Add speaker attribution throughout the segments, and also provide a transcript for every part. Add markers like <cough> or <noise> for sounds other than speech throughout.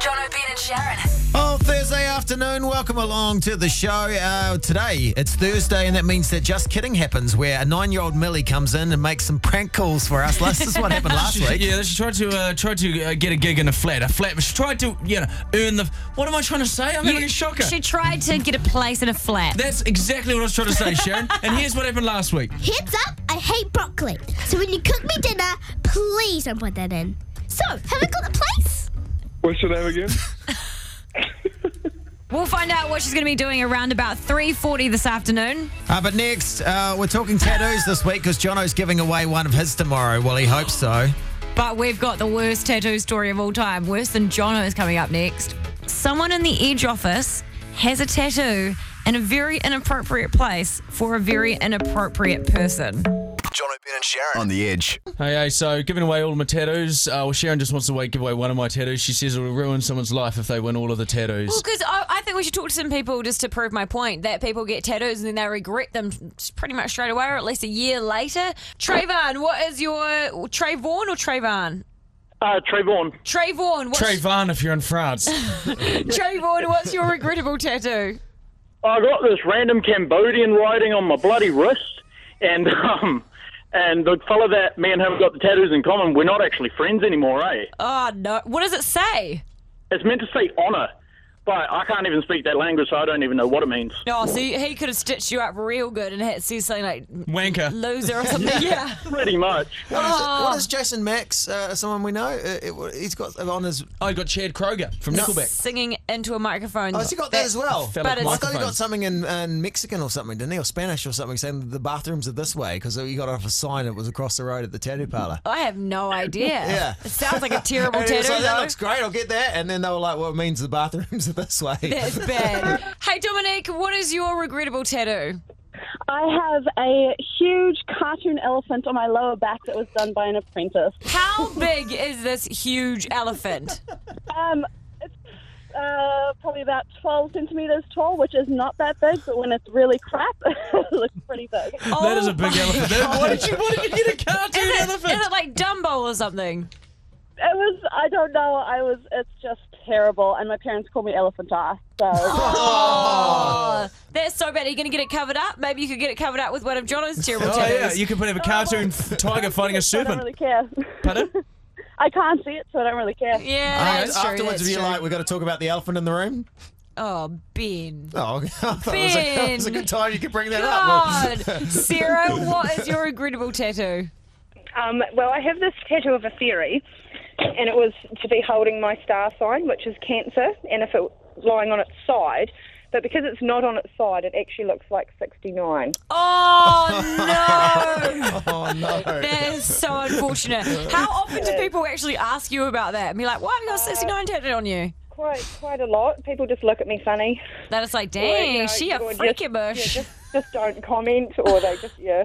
Speaker 1: John O'Bean and Sharon.
Speaker 2: Oh, Thursday afternoon, welcome along to the show. Uh, today, it's Thursday, and that means that Just Kidding happens, where a nine year old Millie comes in and makes some prank calls for us. This is what happened last week.
Speaker 3: Yeah, she tried to uh, tried to uh, get a gig in a flat. A flat. She tried to you know earn the. What am I trying to say? I'm having a shocker.
Speaker 4: She tried to get a place in a flat.
Speaker 3: That's exactly what I was trying to say, Sharon. and here's what happened last week.
Speaker 5: Heads up, I hate broccoli. So when you cook me dinner, please don't put that in. So, have I got the place?
Speaker 6: What's your name again?
Speaker 4: We'll find out what she's going to be doing around about 3.40 this afternoon.
Speaker 2: Uh, but next, uh, we're talking tattoos this week because Jono's giving away one of his tomorrow. Well, he hopes so.
Speaker 4: But we've got the worst tattoo story of all time. Worse than Jono's coming up next. Someone in the Edge office has a tattoo in a very inappropriate place for a very inappropriate person.
Speaker 7: John O'Brien and Sharon on the edge.
Speaker 3: Hey, hey, so giving away all of my tattoos. Uh, well, Sharon just wants to wait, give away one of my tattoos. She says it'll ruin someone's life if they win all of the tattoos.
Speaker 4: Well, because I, I think we should talk to some people just to prove my point that people get tattoos and then they regret them s- pretty much straight away or at least a year later. Trayvon, what is your. Trayvon or Trayvon?
Speaker 6: Uh, Trayvon.
Speaker 4: Trayvon, what's,
Speaker 3: Trayvon, if you're in France.
Speaker 4: Trayvon, what's your regrettable tattoo?
Speaker 6: I got this random Cambodian writing on my bloody wrist, and <laughs> um, and the fella that me and him got the tattoos in common, we're not actually friends anymore, eh?
Speaker 2: Ah,
Speaker 4: Oh, no. What does it say?
Speaker 6: It's meant to say honour, but I can't even speak that language, so I don't even know what it means.
Speaker 4: No, see, he could have stitched you up real good and had said something like
Speaker 3: Wanker.
Speaker 4: loser
Speaker 2: <laughs>
Speaker 4: or something. <laughs> yeah.
Speaker 6: Pretty much.
Speaker 2: What is Jason Max, uh, someone we know? Uh, it- he's got on his.
Speaker 3: I got Chad Kroger from Nickelback.
Speaker 4: Singing into a microphone.
Speaker 2: Oh, has he got that as well?
Speaker 3: Fell off
Speaker 4: But it's-
Speaker 2: I thought he
Speaker 3: microphone.
Speaker 2: got something in, in Mexican or something, didn't he? Or Spanish or something, saying the bathrooms are this way because he got off a sign that was across the road at the tattoo parlor.
Speaker 4: I have no idea.
Speaker 2: <laughs> Yeah.
Speaker 4: It sounds like a
Speaker 2: <laughs>
Speaker 4: terrible
Speaker 2: And he was
Speaker 4: tattoo,
Speaker 2: like, that
Speaker 4: though. <laughs>
Speaker 2: looks great, I'll get that. And then they were like, well, it means the bathrooms are this way.
Speaker 4: That's bad.
Speaker 2: <laughs>
Speaker 4: hey, Dominique, what is your regrettable tattoo?
Speaker 8: I have a huge cartoon elephant on my lower back that was done by an apprentice.
Speaker 4: How big is this huge elephant?
Speaker 8: Um, it's uh, probably about 12 centimeters tall, which is not that big, but when it's really crap, <laughs> it looks pretty big.
Speaker 3: <laughs> That is a big elephant. That- Why did you, why did you get a cartoon
Speaker 4: Oh, Is it, is
Speaker 3: elephant?
Speaker 4: it like Dumbo or something?
Speaker 8: It was, I don't know, I was, it's just terrible, and my parents call me Elephant Ass, so.
Speaker 4: Oh, that's so bad. Are you going to get it covered up? Maybe you could get it covered up with one of Jono's terrible
Speaker 3: Oh, yeah,
Speaker 4: tattoos.
Speaker 3: you could put have a cartoon f- tiger fighting a
Speaker 8: I don't
Speaker 3: serpent.
Speaker 8: really care.
Speaker 3: Pardon?
Speaker 8: <laughs> I can't see it, so I don't really care.
Speaker 4: Yeah,
Speaker 2: All right,
Speaker 4: that's true.
Speaker 2: afterwards,
Speaker 4: that's
Speaker 2: if you
Speaker 4: true.
Speaker 2: like, we've got to talk about the elephant in the room.
Speaker 4: oh, Ben.
Speaker 2: Oh, <laughs> okay. I thought it was, a, that was a
Speaker 4: Ben.
Speaker 2: good time you could bring that up.
Speaker 4: God, Sarah, what is your
Speaker 2: <laughs>
Speaker 4: regrettable tattoo?
Speaker 9: Um, well, I have this tattoo of a fairy, and it was to be holding my star sign, which is Cancer, and if it was lying on its side, but because it's not on its side, Oh, it actually looks like 69.
Speaker 4: Oh no,
Speaker 2: <laughs> Oh, no.
Speaker 4: that is so unfortunate. How often do people actually ask you about that and be like, "Why have you got sixty nine tattooed on you?"
Speaker 9: Quite, quite a lot. People just look at me funny.
Speaker 4: Then it's like,
Speaker 9: Or,
Speaker 4: "Dang,
Speaker 9: you know,
Speaker 4: she a
Speaker 9: or just-
Speaker 4: freaky bush."
Speaker 9: oh Yeah, just, just don't comment, or they just
Speaker 4: <laughs>
Speaker 9: yeah.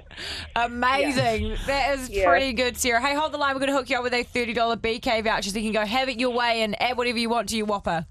Speaker 4: Amazing. That is
Speaker 9: Yeah.
Speaker 4: pretty good, Sarah. Hey, hold the line. We're going to hook you up with a $30 BK voucher so you can go have it your way and add whatever you want to your whopper.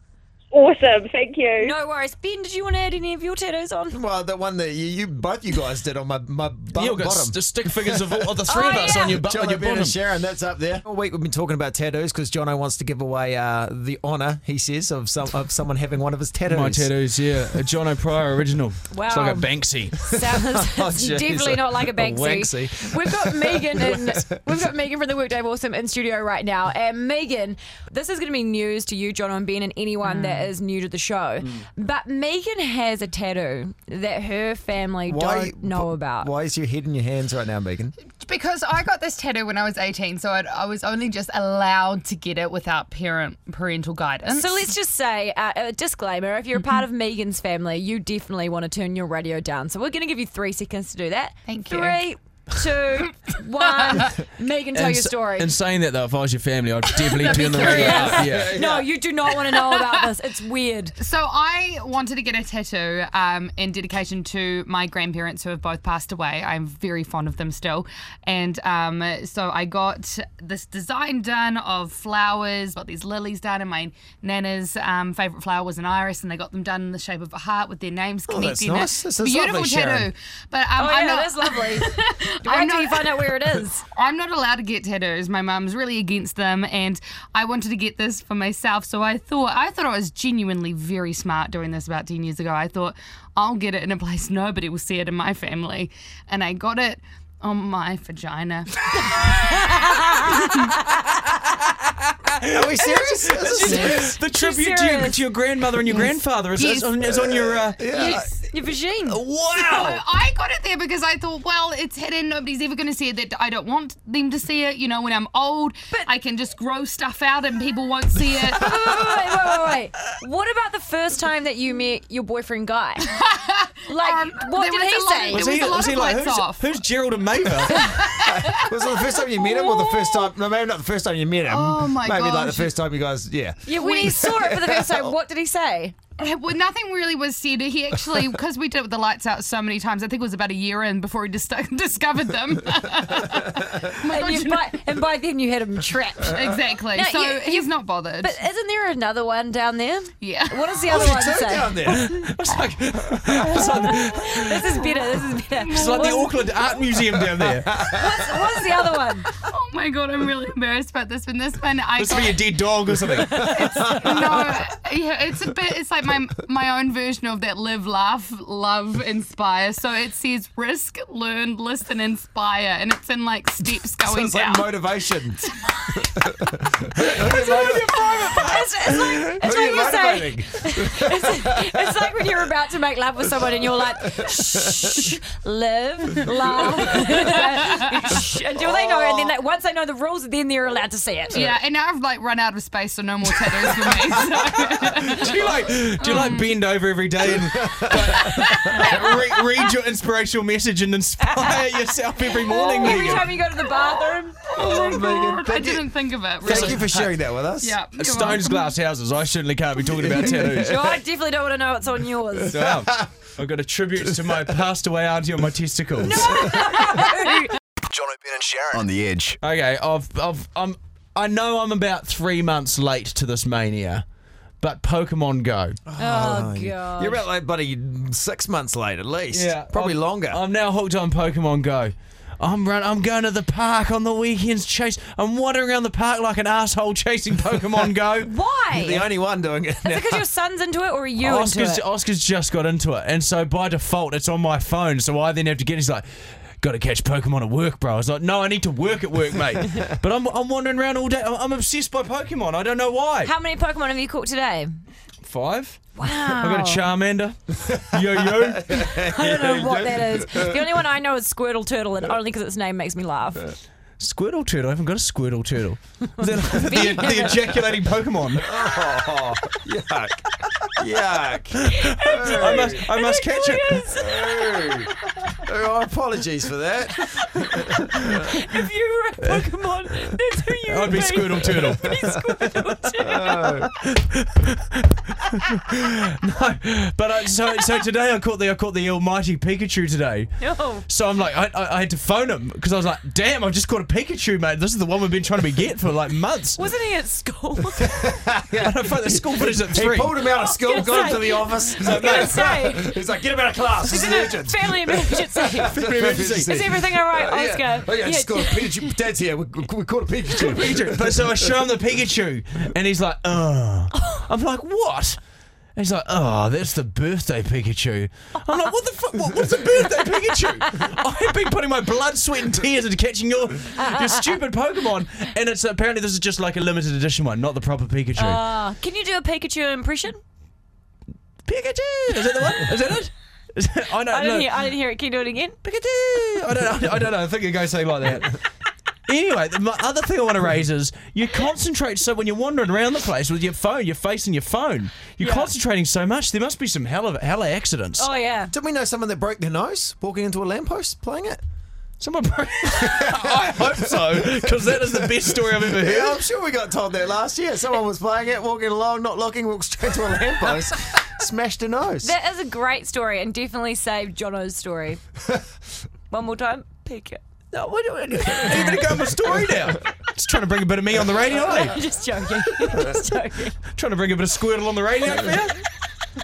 Speaker 9: Awesome, thank you.
Speaker 4: No worries. Ben, did you want to add any of your tattoos on?
Speaker 2: Well, the one that you, you both you guys did on my my bu-
Speaker 3: You've got
Speaker 2: bottom.
Speaker 3: st- stick figures of, all, of
Speaker 10: <laughs>
Speaker 3: the three
Speaker 4: Oh,
Speaker 3: of us
Speaker 4: yeah.
Speaker 3: on your, bu-
Speaker 2: John
Speaker 3: on your
Speaker 2: O'Brien
Speaker 3: bottom.
Speaker 2: and Sharon, that's up there. All week we've been talking about tattoos because Jono wants to give away uh, the honour, he says, of some of someone having one of his tattoos.
Speaker 3: My tattoos, yeah. A John O'Pryor original.
Speaker 4: Wow.
Speaker 3: It's like a
Speaker 10: <laughs>
Speaker 3: Banksy.
Speaker 4: Sounds
Speaker 2: Oh,
Speaker 4: <laughs> it's
Speaker 2: jeez.
Speaker 4: definitely not like a
Speaker 2: A
Speaker 4: Banksy.
Speaker 2: wanksy.
Speaker 4: we've got Megan in we've got Megan from the Workday of Awesome in studio right now. And Megan, this is going to be news to you, John and Ben, and anyone that is new to the show. But Megan has a tattoo that her family don't know
Speaker 2: wh-
Speaker 4: about.
Speaker 2: Why is your head in your hands right now, Megan?
Speaker 10: Because I got this tattoo when I was 18, so I'd, I was only just allowed to get it without parent parental guidance.
Speaker 4: So let's just say uh, a disclaimer if you're a part of Megan's family, you definitely want to turn your radio down. So we're going to give you three seconds to do that.
Speaker 10: Thank you.
Speaker 4: Three, two, one. Megan, tell
Speaker 3: And
Speaker 4: your
Speaker 3: s-
Speaker 4: story.
Speaker 3: And saying that though, if I was your family, I'd
Speaker 10: <laughs>
Speaker 3: definitely turn the radio
Speaker 2: <laughs>
Speaker 3: up. Yeah.
Speaker 4: no, you do not want to know about this. It's weird.
Speaker 10: <laughs> So I wanted to get a tattoo um, in dedication to my grandparents who have both passed away. I'm very fond of them still, and um, so I got this design done of flowers. Got these lilies done, and my nana's um, favorite flower was an iris, and they got them done in the shape of a heart with their names
Speaker 2: that's
Speaker 10: connected.
Speaker 2: nice. This is
Speaker 10: Beautiful
Speaker 2: lovely, Sharon.
Speaker 10: tattoo, but um,
Speaker 4: Oh,
Speaker 10: I'm
Speaker 4: yeah,
Speaker 10: not. <laughs>
Speaker 4: that's lovely. Wait
Speaker 10: I'm
Speaker 4: till
Speaker 10: not-
Speaker 4: you find out where
Speaker 10: <laughs>
Speaker 4: it is.
Speaker 10: I'm not allowed to get tattoos. My mum's really against them, and I wanted to <laughs> get this for myself. So I thought I thought I was genuinely very smart doing this about ten years ago. I thought I'll get it in a place nobody will see it in my family, and I got it on my vagina.
Speaker 2: Are
Speaker 10: <laughs>
Speaker 2: we serious? This is serious.
Speaker 3: the tribute to your,
Speaker 4: serious.
Speaker 3: to your grandmother and your grandfather is, is
Speaker 10: Yes.
Speaker 3: on, is on your. Uh,
Speaker 4: Your vagine.
Speaker 3: Wow!
Speaker 10: I got it there because I thought, well, it's hidden. Nobody's ever going to see it. That I don't want them to see it. Uh, You know, when I'm old, I can just grow stuff out and people won't see it.
Speaker 4: <laughs> wait, wait, wait, wait. What about the first time that you met your
Speaker 10: <laughs>
Speaker 4: boyfriend guy? Like, what
Speaker 10: Um, there
Speaker 4: did
Speaker 10: was
Speaker 4: he
Speaker 10: a lot of-
Speaker 4: say?
Speaker 10: there was a lot of lights
Speaker 3: who's,
Speaker 10: off.
Speaker 3: who's Gerald
Speaker 10: <laughs>
Speaker 3: and Maver?
Speaker 2: Was it the first time you met him, or the first time? No, maybe not the first time you met him.
Speaker 10: Oh, my
Speaker 2: Maybe like the
Speaker 10: gosh.
Speaker 2: first time you guys. Yeah.
Speaker 4: Yeah, when he saw it for the
Speaker 3: <laughs>
Speaker 4: first time, what did he say?
Speaker 10: Well, nothing really was said. He
Speaker 9: <laughs>
Speaker 10: actually, because we did it with the lights out so many times, I think it was about a year in before he dis- <laughs> discovered them.
Speaker 9: <laughs>
Speaker 10: Oh
Speaker 4: and, you, by, and by then you had him
Speaker 10: <laughs>
Speaker 4: trapped.
Speaker 10: exactly.
Speaker 4: No,
Speaker 10: so
Speaker 4: you-
Speaker 10: he's
Speaker 4: you-
Speaker 10: not bothered.
Speaker 4: But isn't there another one down there?
Speaker 10: yeah.
Speaker 4: What does
Speaker 3: <laughs>
Speaker 4: the other one
Speaker 2: Two
Speaker 4: say?
Speaker 2: down there.
Speaker 3: it's like, it's like, the,
Speaker 4: This is better. This is better.
Speaker 3: it's like the
Speaker 4: What's-
Speaker 3: Auckland
Speaker 10: <laughs>
Speaker 3: Art Museum down there.
Speaker 4: what's, what's the
Speaker 3: <laughs>
Speaker 4: other one?
Speaker 10: Oh my god, I'm really embarrassed about this one. This one, I
Speaker 3: It's
Speaker 10: got-
Speaker 3: for your dead dog or something.
Speaker 10: no, yeah, it's a bit. It's like my my own version of that. Live, laugh, love, inspire. So it says risk, learn, listen, inspire, and it's in like steps going
Speaker 2: It's
Speaker 10: down.
Speaker 2: like motivation.
Speaker 4: It's, it's like, it's
Speaker 2: Who are
Speaker 4: like
Speaker 2: you
Speaker 4: you say,
Speaker 10: <laughs>
Speaker 2: motivating?
Speaker 4: it's, it's like when you're about to make love with someone and you're like, shh, live, laugh, <laughs> shh, until they know, and then they, once they know the rules, then they're allowed to see it.
Speaker 10: yeah, and now I've like run out of space, so no more tattoos for me. <laughs> So.
Speaker 3: do you like do you like bend over every day and like, <laughs> re- read your inspirational message and inspire yourself every
Speaker 10: Oh,
Speaker 3: morning?
Speaker 4: Every
Speaker 3: Megan?
Speaker 4: time you go to
Speaker 3: <laughs>
Speaker 4: the bathroom,
Speaker 2: Megan,
Speaker 10: I
Speaker 2: thank you-
Speaker 10: didn't think of it. Really.
Speaker 2: Thank you for sharing that with us.
Speaker 10: Yeah. go on.
Speaker 3: Stones glass houses. I certainly can't be
Speaker 10: <laughs>
Speaker 3: talking about tattoos.
Speaker 4: Oh, I definitely don't want to know what's
Speaker 3: <laughs>
Speaker 4: on yours.
Speaker 3: Wow. I've got a tribute to my passed away auntie on my testicles.
Speaker 7: John O'Brien and Sharon on the edge.
Speaker 3: Okay, I've, I've, I'm, I know I'm about three months late to this mania, but Pokemon Go.
Speaker 4: Oh, God.
Speaker 2: You're about like, buddy, six months late at least. Probably
Speaker 3: I'm-
Speaker 2: longer.
Speaker 3: I'm now hooked on Pokemon Go. I'm run, I'm going to the park on the weekends. Chase. I'm wandering around the park like an asshole chasing Pokemon Go.
Speaker 4: Why?
Speaker 2: the only one doing it.
Speaker 4: Is it because your son's into it or are you
Speaker 3: Oscar's,
Speaker 4: into it?
Speaker 3: Oscar's just got into it, and so by default, it's on my phone. So I then have to get. He's like, "Got to catch Pokemon at work, bro." I was like, "No, I need to work at work, mate."
Speaker 4: <laughs>
Speaker 3: but I'm, I'm wandering around all day. I'm, I'm obsessed by Pokemon. I don't know why.
Speaker 4: How many Pokemon have you caught today?
Speaker 3: Five.
Speaker 4: Wow.
Speaker 3: I
Speaker 4: Oh.
Speaker 3: got a Charmander.
Speaker 4: <laughs>
Speaker 3: yo yo.
Speaker 4: I don't know what
Speaker 2: <laughs>
Speaker 4: that is. The only one I know is Squirtle Turtle, and only because its name makes me laugh.
Speaker 3: Squirtle turtle. I haven't got a Squirtle
Speaker 4: <laughs>
Speaker 3: turtle. the, the- the ejaculating Pokemon.
Speaker 2: Oh, <laughs> yuck. Yuck.
Speaker 3: I must, I must catch it.
Speaker 2: Oh, apologies for that.
Speaker 4: If you
Speaker 2: <laughs>
Speaker 4: were a Pokemon, that's who you
Speaker 3: I'd be
Speaker 4: <laughs>
Speaker 3: Squirtle turtle. <laughs> no, but I, so so today I caught the I caught the almighty Pikachu today.
Speaker 2: <laughs>
Speaker 4: No.
Speaker 3: So I'm like, I, I, I had to phone him because I was like, damn, I've just caught a Pikachu, mate. This is the one we've been trying to be get for like months.
Speaker 4: Wasn't he
Speaker 2: <laughs>
Speaker 4: at school?
Speaker 3: And I phoned the school finished at
Speaker 2: He
Speaker 3: three.
Speaker 2: pulled him out of school,
Speaker 4: gonna
Speaker 2: got him
Speaker 4: say-
Speaker 2: to the office. He's like,
Speaker 4: gonna
Speaker 2: "Mate,
Speaker 4: say-
Speaker 2: He's like, get him out of class. He's an
Speaker 4: It's a
Speaker 2: urgent. <laughs>
Speaker 4: family emergency. Is everything all right, Oscar?
Speaker 2: Yeah. Oh, yeah, just got a Pikachu. Dad's here. We, we, we caught a Pikachu.
Speaker 3: Pikachu. But so I show him the Pikachu, and he's like, "Ugh." I'm like, "What?" And he's like, "Oh, that's the birthday Pikachu." I'm like, "What the fuck? What, what's a birthday Pikachu?" <laughs> I've been putting my blood, sweat, and tears into catching your your stupid Pokemon, and it's apparently this is just like a limited edition one, not the proper Pikachu.
Speaker 4: Uh, can you do a Pikachu impression?
Speaker 3: Pikachu. Is that the one? Is that it? <laughs> Is that- I don't,
Speaker 2: Uh,
Speaker 4: I didn't,
Speaker 3: know.
Speaker 4: hear, I didn't hear it. Can you do it again?
Speaker 3: Pikachu. I don't know. I don't know. I think it goes something like that. Anyway, the my other thing I want to raise is you concentrate so when you're wandering around the place with your phone, you're facing your phone. You're
Speaker 4: Yeah.
Speaker 3: concentrating so much. There must be some hell of hella accidents.
Speaker 4: Oh, yeah.
Speaker 2: <laughs> Didn't we know someone that broke their nose walking into a lamppost playing it?
Speaker 3: Someone. Broke- <laughs> I hope so, because that is the best story I've ever heard.
Speaker 2: Yeah, I'm sure we got told that last year. Someone was playing it, walking along, not looking, walked straight to a lamppost, smashed a nose.
Speaker 4: That is a great story and definitely saved
Speaker 3: <laughs>
Speaker 4: Jono's story. One more time. Pikachu.
Speaker 3: No, what,
Speaker 4: <laughs>
Speaker 3: what, are you going to go with my story now? Just trying to bring a bit of me on the radio. eh?
Speaker 4: I'm <laughs> just joking. just joking.
Speaker 3: Trying to bring a bit of Squirtle on the radio. yeah?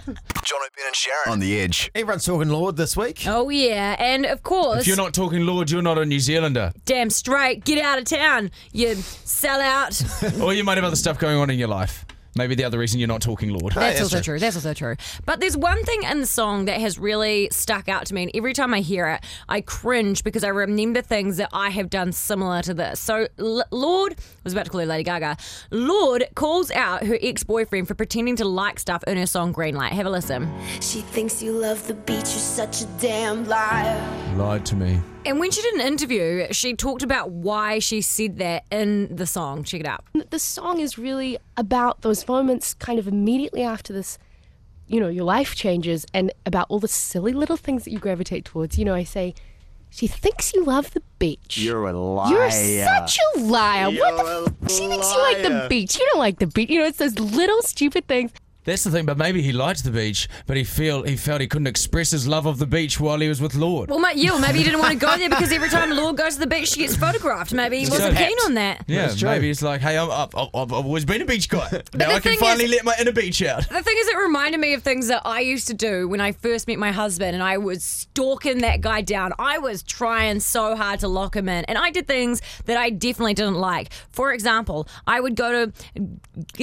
Speaker 7: John O'Brien and Sharon on the edge.
Speaker 2: Everyone's talking Lord this week.
Speaker 4: Oh yeah, and of course,
Speaker 3: If you're not talking Lord, you're not a New Zealander.
Speaker 4: damn straight, get out of town, you sell out.
Speaker 3: or you might have other stuff going on in your life. Maybe the other reason you're not talking Lord.
Speaker 4: That's also true. That's also true. But there's one thing in the song that has really stuck out to me, and every time I hear it, I cringe because I remember things that I have done similar to this. So, L- Lord, I was about to call her Lady Gaga. Lord calls out her ex boyfriend for pretending to like stuff in her song Green Light. Have a listen.
Speaker 1: She thinks you love the beach, you're such a damn liar.
Speaker 3: Lied to me.
Speaker 4: And when she did an interview, she talked about why she said that in the song. Check it out.
Speaker 11: The song is really about those moments kind of immediately after this, you know, your life changes and about all the silly little things that you gravitate towards. You know, I say, she thinks you love the beach.
Speaker 12: You're a liar.
Speaker 11: You're such a liar. what the f- She thinks you like the
Speaker 3: liar.
Speaker 11: beach. You don't like the beach. You know, it's those little stupid things.
Speaker 3: That's the thing, but maybe he liked the beach, but he feel he felt he couldn't express his love of the beach while he was with Lord.
Speaker 4: Well, mate, you maybe you didn't want to go there because every time Lord goes to the beach, she gets photographed. Maybe he
Speaker 3: So-
Speaker 4: wasn't keen on that.
Speaker 3: yeah, maybe it's like, hey, I'm, I've, I've, I've always been a beach
Speaker 4: <laughs>
Speaker 3: guy. now
Speaker 4: the
Speaker 3: I can
Speaker 4: thing
Speaker 3: finally
Speaker 4: is-
Speaker 3: let my inner beach
Speaker 4: <laughs>
Speaker 3: out.
Speaker 4: The thing is, it reminded me of things that I used to do when I first met my husband, and I was stalking that guy down. I was trying so hard to lock him in, and I did things that I definitely didn't like. For example, I would go to,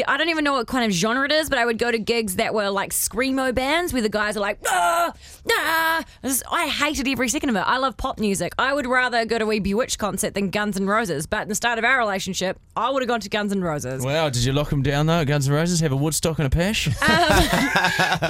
Speaker 4: I don't even know what kind of genre it is, but I would go to gigs that were like screamo bands where the guys are like, ah, nah. I hated every second of it. I love pop music. I would rather go to a Bewitched concert than Guns N' Roses, but in the start of our relationship, I would have gone to Guns N' Roses.
Speaker 3: Wow, did you lock him down though? at Guns N' Roses have a Woodstock and a Pash.
Speaker 4: Um,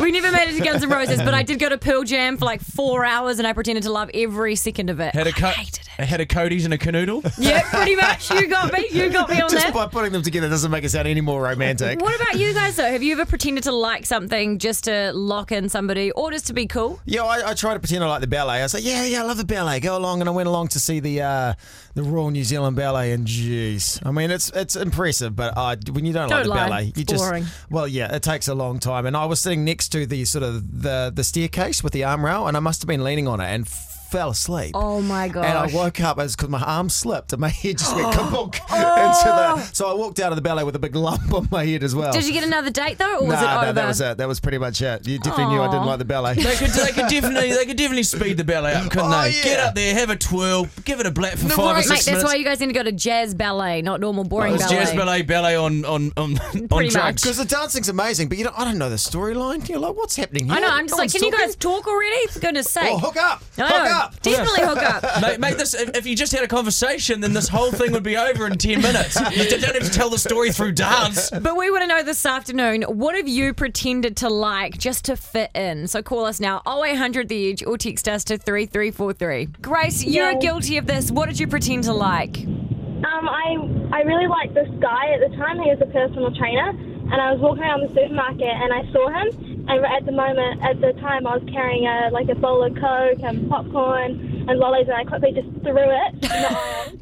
Speaker 4: We never made it to
Speaker 2: <laughs>
Speaker 4: Guns N' Roses, but I did go to Pearl Jam for like four hours and I pretended to love every second of
Speaker 3: <laughs>
Speaker 4: it.
Speaker 3: had a co- had a Cody's and a
Speaker 4: <laughs>
Speaker 3: canoodle.
Speaker 4: yeah, pretty much. You got me. You got me on
Speaker 2: Just
Speaker 4: that.
Speaker 2: by putting them together doesn't make it sound any more romantic.
Speaker 4: What about you guys though? Have you ever pretended to like something just to lock in somebody or just to be cool?
Speaker 2: Yeah, I, I try to pretend I like the ballet. I was like, yeah, yeah, I love the ballet. Go along, and I went along to see the uh, the Royal New Zealand Ballet, and jeez, I mean, it's it's impressive, but uh, when you don't, like
Speaker 4: Don't
Speaker 2: the
Speaker 4: lie.
Speaker 2: ballet, you
Speaker 4: It's
Speaker 2: just
Speaker 4: boring.
Speaker 2: well, yeah, it takes a long time. And I was sitting next to the sort of the the staircase with the arm rail, and I must have been leaning on it and fell asleep.
Speaker 4: Oh my gosh.
Speaker 2: And I woke up as because my arm slipped and my <laughs> head just
Speaker 4: <gasps>
Speaker 2: went kabonk
Speaker 4: Oh.
Speaker 2: into the. So I walked out of the ballet with a big lump on my head as well.
Speaker 4: Did you get another date though, or
Speaker 2: nah,
Speaker 4: was it over?
Speaker 2: no, that was it. That was pretty much it. You definitely knew I didn't
Speaker 4: Aw.
Speaker 2: like the ballet.
Speaker 3: They could, they could definitely, they could definitely speed the ballet up, couldn't
Speaker 2: Oh,
Speaker 3: they?
Speaker 2: yeah.
Speaker 3: Get up there, have a twirl, give it a black for five or
Speaker 4: Mate,
Speaker 3: six
Speaker 4: that's
Speaker 3: minutes.
Speaker 4: why you guys need to go to jazz ballet, not normal boring
Speaker 3: It's
Speaker 4: ballet.
Speaker 3: jazz ballet, ballet on on on, on drugs.
Speaker 2: Because the dancing's amazing, but you don't, I don't know the storyline. You're like, what's happening here?
Speaker 4: I know. I'm just
Speaker 2: No
Speaker 4: like,
Speaker 2: one's
Speaker 4: can you
Speaker 2: talking.
Speaker 4: guys talk already? For goodness' sake.
Speaker 2: Oh, hook up.
Speaker 4: I
Speaker 2: hook
Speaker 4: know.
Speaker 2: up.
Speaker 4: Definitely hook
Speaker 2: <laughs>
Speaker 4: up.
Speaker 3: Mate, mate, this, if, if you just had a conversation, then this whole thing would be over in 10
Speaker 4: <laughs>
Speaker 3: minutes. You don't have to tell the story through dance.
Speaker 4: But we want to know this afternoon what have you pretended to like just to fit in? So call us now 0800 The Edge or text us to 3343. Grace, you're
Speaker 8: Yay.
Speaker 4: guilty of this. What did you pretend to like?
Speaker 8: Um, I I really liked this guy at the time. He was a personal trainer, and I was walking around the supermarket and I saw him. And at the moment, at the time, I was carrying a like a bowl of coke and popcorn and lollies, and I quickly just threw it
Speaker 4: <laughs>
Speaker 8: in the aisle.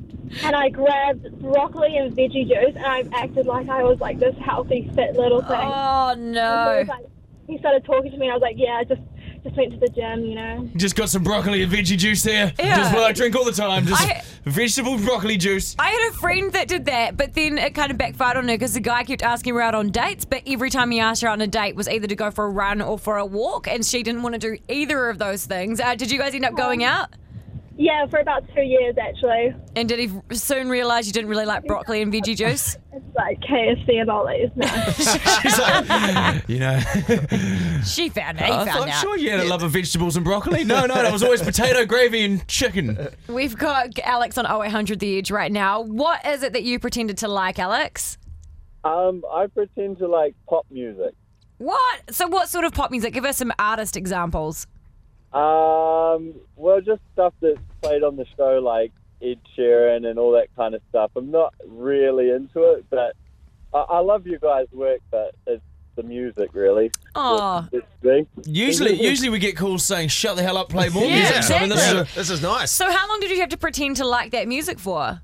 Speaker 8: And I grabbed broccoli and veggie juice, and I acted like I was like this healthy, fit little thing.
Speaker 4: Oh,
Speaker 8: And he,
Speaker 4: no.
Speaker 8: was like- he started talking to me, and I was like, "Yeah, I just just went to the gym, you know."
Speaker 3: Just got some broccoli and veggie juice there.
Speaker 4: Yeah.
Speaker 3: Just what I drink all the time. Just
Speaker 4: I-
Speaker 3: vegetable broccoli juice. <laughs>
Speaker 4: I had a friend that did that, but then it kind of backfired on her because the guy kept asking her out on dates, but every time he asked her out on a date was either to go for a run or for a walk, and she didn't want to do either of those things. Uh, did you guys end up going out?
Speaker 8: Yeah, for about two years actually.
Speaker 4: And did he soon realise you didn't really like broccoli and veggie juice?
Speaker 8: It's like KFC and lollies now.
Speaker 3: She's like, you know.
Speaker 4: She found out. He
Speaker 3: Oh, I
Speaker 4: found
Speaker 3: thought,
Speaker 4: out.
Speaker 3: sure you had a love of vegetables and broccoli. No, no, that was always potato gravy and chicken.
Speaker 4: We've got Alex on 0800 The Edge right now. What is it that you pretended to like, Alex?
Speaker 13: Um, I pretend to like pop music.
Speaker 4: What? So, what sort of pop music? Give us some artist examples.
Speaker 13: Um, well, just stuff that's played on the show, like Ed Sheeran and all that kind of stuff. I'm not really into it, but I, I love you guys' work, but it's the music really.
Speaker 4: Aw.
Speaker 13: It's big.
Speaker 3: Usually, usually we get calls saying, "Shut the hell up, play more
Speaker 4: Yeah,
Speaker 3: music." So, I mean, this is a-
Speaker 2: Yeah, this is nice.
Speaker 4: So, how long did you have to pretend to like that music for?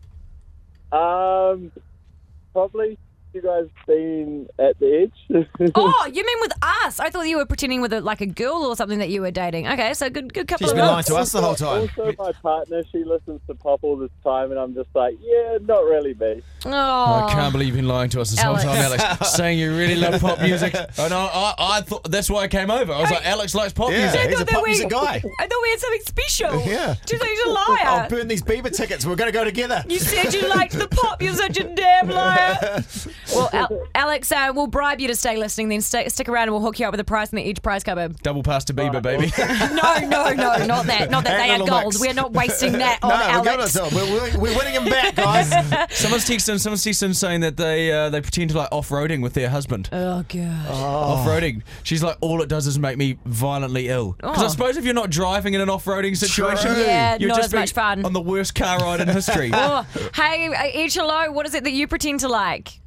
Speaker 13: Um, probably you guys been at the edge. <laughs>
Speaker 4: oh, you mean with us? I thought you were pretending with a, like a girl or something that you were dating. Okay, so good, good couple
Speaker 2: She's
Speaker 4: of
Speaker 2: been lying
Speaker 4: months.
Speaker 2: to us the whole time.
Speaker 13: Also, my partner, she listens to pop all this time, and I'm just like, yeah, not really me.
Speaker 4: Oh.
Speaker 3: I can't believe you've been lying to us this
Speaker 4: Alex.
Speaker 3: whole time,
Speaker 4: <laughs>
Speaker 3: Alex. saying you really love pop music. <laughs> And I, I, I thought that's why I came over. I was like, Alex likes pop music.
Speaker 4: I thought that we- I thought we had something
Speaker 2: <laughs>
Speaker 4: special.
Speaker 3: Yeah.
Speaker 4: Just like a
Speaker 2: I'll
Speaker 4: liar.
Speaker 2: burn these Bieber tickets. We're going to go together.
Speaker 4: You said you liked the pop. You're such a damn liar. Well, Al- Alex, uh, we'll bribe you to stay listening. Then stay, stick around and we'll hook you up with a prize in the Edge prize cupboard.
Speaker 3: Double pass to Bieber, baby. <laughs>
Speaker 4: No, no, no, not that. Not that
Speaker 3: And
Speaker 4: they are
Speaker 3: Little
Speaker 4: gold.
Speaker 3: Mix.
Speaker 4: We're not wasting that on
Speaker 2: No, we got
Speaker 4: oh, Alex.
Speaker 2: ourselves. We're, we're, we're winning him back,
Speaker 4: <laughs>
Speaker 2: guys.
Speaker 3: someone's texting. Someone's texting saying that they uh, they pretend to like off roading with their husband.
Speaker 4: Oh god.
Speaker 3: Off roading. She's like, all it does is make me violently ill. Because I
Speaker 4: Oh.
Speaker 3: suppose if you're not driving in an off roading situation,
Speaker 4: True. Yeah,
Speaker 3: you're
Speaker 4: not
Speaker 3: just
Speaker 4: as
Speaker 3: being
Speaker 4: much fun.
Speaker 3: on the worst car ride in
Speaker 4: <laughs>
Speaker 3: history.
Speaker 4: Oh, hey, uh, Edge, hello. What is it that you pretend to like?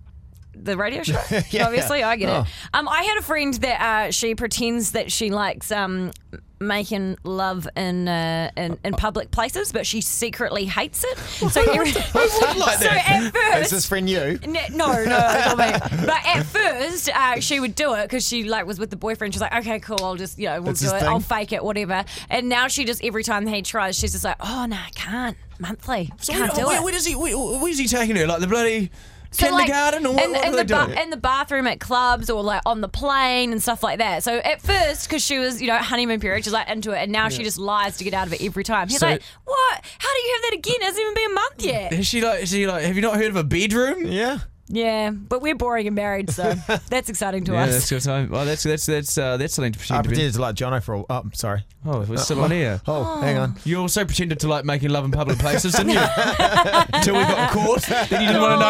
Speaker 4: The radio show,
Speaker 3: Yeah.
Speaker 4: obviously. I get
Speaker 3: Oh.
Speaker 4: it. Um, I had a friend that uh, she pretends that she likes um making love in uh, in, in public places, but she secretly hates it. So, every- <laughs> so at
Speaker 2: Is
Speaker 4: first,
Speaker 2: this friend you?
Speaker 4: N- No, no, not me. But at first, uh, she would do it because she like was with the boyfriend. She's like, okay, cool, I'll just you know, we'll
Speaker 12: That's
Speaker 4: do
Speaker 12: his
Speaker 4: it.
Speaker 12: thing.
Speaker 4: I'll fake it, whatever. And now she just every time he tries, she's just like, oh no, I can't. Monthly,
Speaker 3: So
Speaker 4: can't
Speaker 3: where-
Speaker 4: do
Speaker 3: where-
Speaker 4: it.
Speaker 3: where does he? Where, where's he taking her? Like the bloody kindergarten or what?
Speaker 4: in,
Speaker 3: what
Speaker 4: in
Speaker 3: do
Speaker 4: the
Speaker 3: they
Speaker 4: ba-
Speaker 3: do?
Speaker 4: in the bathroom at clubs or like on the plane and stuff like that. So at first, because she was you know honeymoon period, she's like into it, and now she
Speaker 3: Yeah.
Speaker 4: just lies to get out of it every time. He's
Speaker 3: So-
Speaker 4: like, what? How do you have that again? It hasn't even been a month
Speaker 3: <laughs>
Speaker 4: yet.
Speaker 3: Is she like? Is she like? Have you not heard of a bedroom? Yeah.
Speaker 4: Yeah, but we're boring and
Speaker 3: <laughs>
Speaker 4: married, so that's exciting to
Speaker 3: Yeah,
Speaker 4: us.
Speaker 3: <laughs> that's good time. Well, that's that's that's uh, that's something to pretend. I pretended
Speaker 2: to like Jono for. a Oh, I'm sorry.
Speaker 3: Oh, we're still on here.
Speaker 2: Oh, hang on.
Speaker 3: You also pretended to like making love in public places, didn't you?
Speaker 2: <laughs>
Speaker 3: Until we got caught, then you didn't want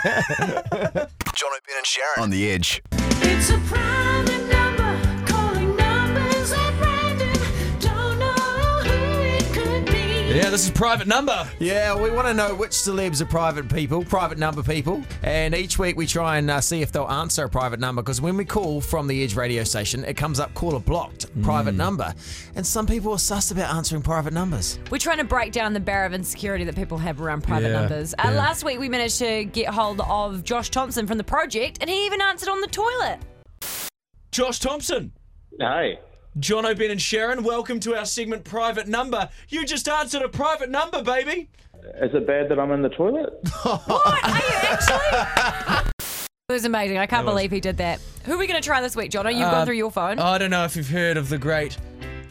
Speaker 3: to know <laughs> me.
Speaker 7: John O'Brien and Sharon on the edge.
Speaker 12: It's a private number, calling numbers at random. Don't know who it could be.
Speaker 3: Yeah, this is private number.
Speaker 2: Yeah, we want to know which celebs are private people, private number people, and each week we try and uh, see if they'll answer a private number because when we call from the Edge radio station, it comes up caller blocked, private number, and some people are sus about answering private numbers.
Speaker 4: We're trying to break down the barrier of insecurity that people have around private
Speaker 2: Yeah,
Speaker 4: numbers. Uh,
Speaker 2: yeah.
Speaker 4: Last week, we managed to get hold of Josh Thompson from the project, and he even answered on the toilet.
Speaker 3: Josh Thompson.
Speaker 14: Hey.
Speaker 3: John O'Ben and Sharon, welcome to our segment Private Number. You just answered a private number, baby.
Speaker 14: Is it bad that I'm in the toilet?
Speaker 4: <laughs> It was amazing. I can't
Speaker 3: It was.
Speaker 4: believe he did that. Who are we going to try this week, Jono? You've gone
Speaker 3: Uh,
Speaker 4: through your phone.
Speaker 3: I don't know if you've heard of the great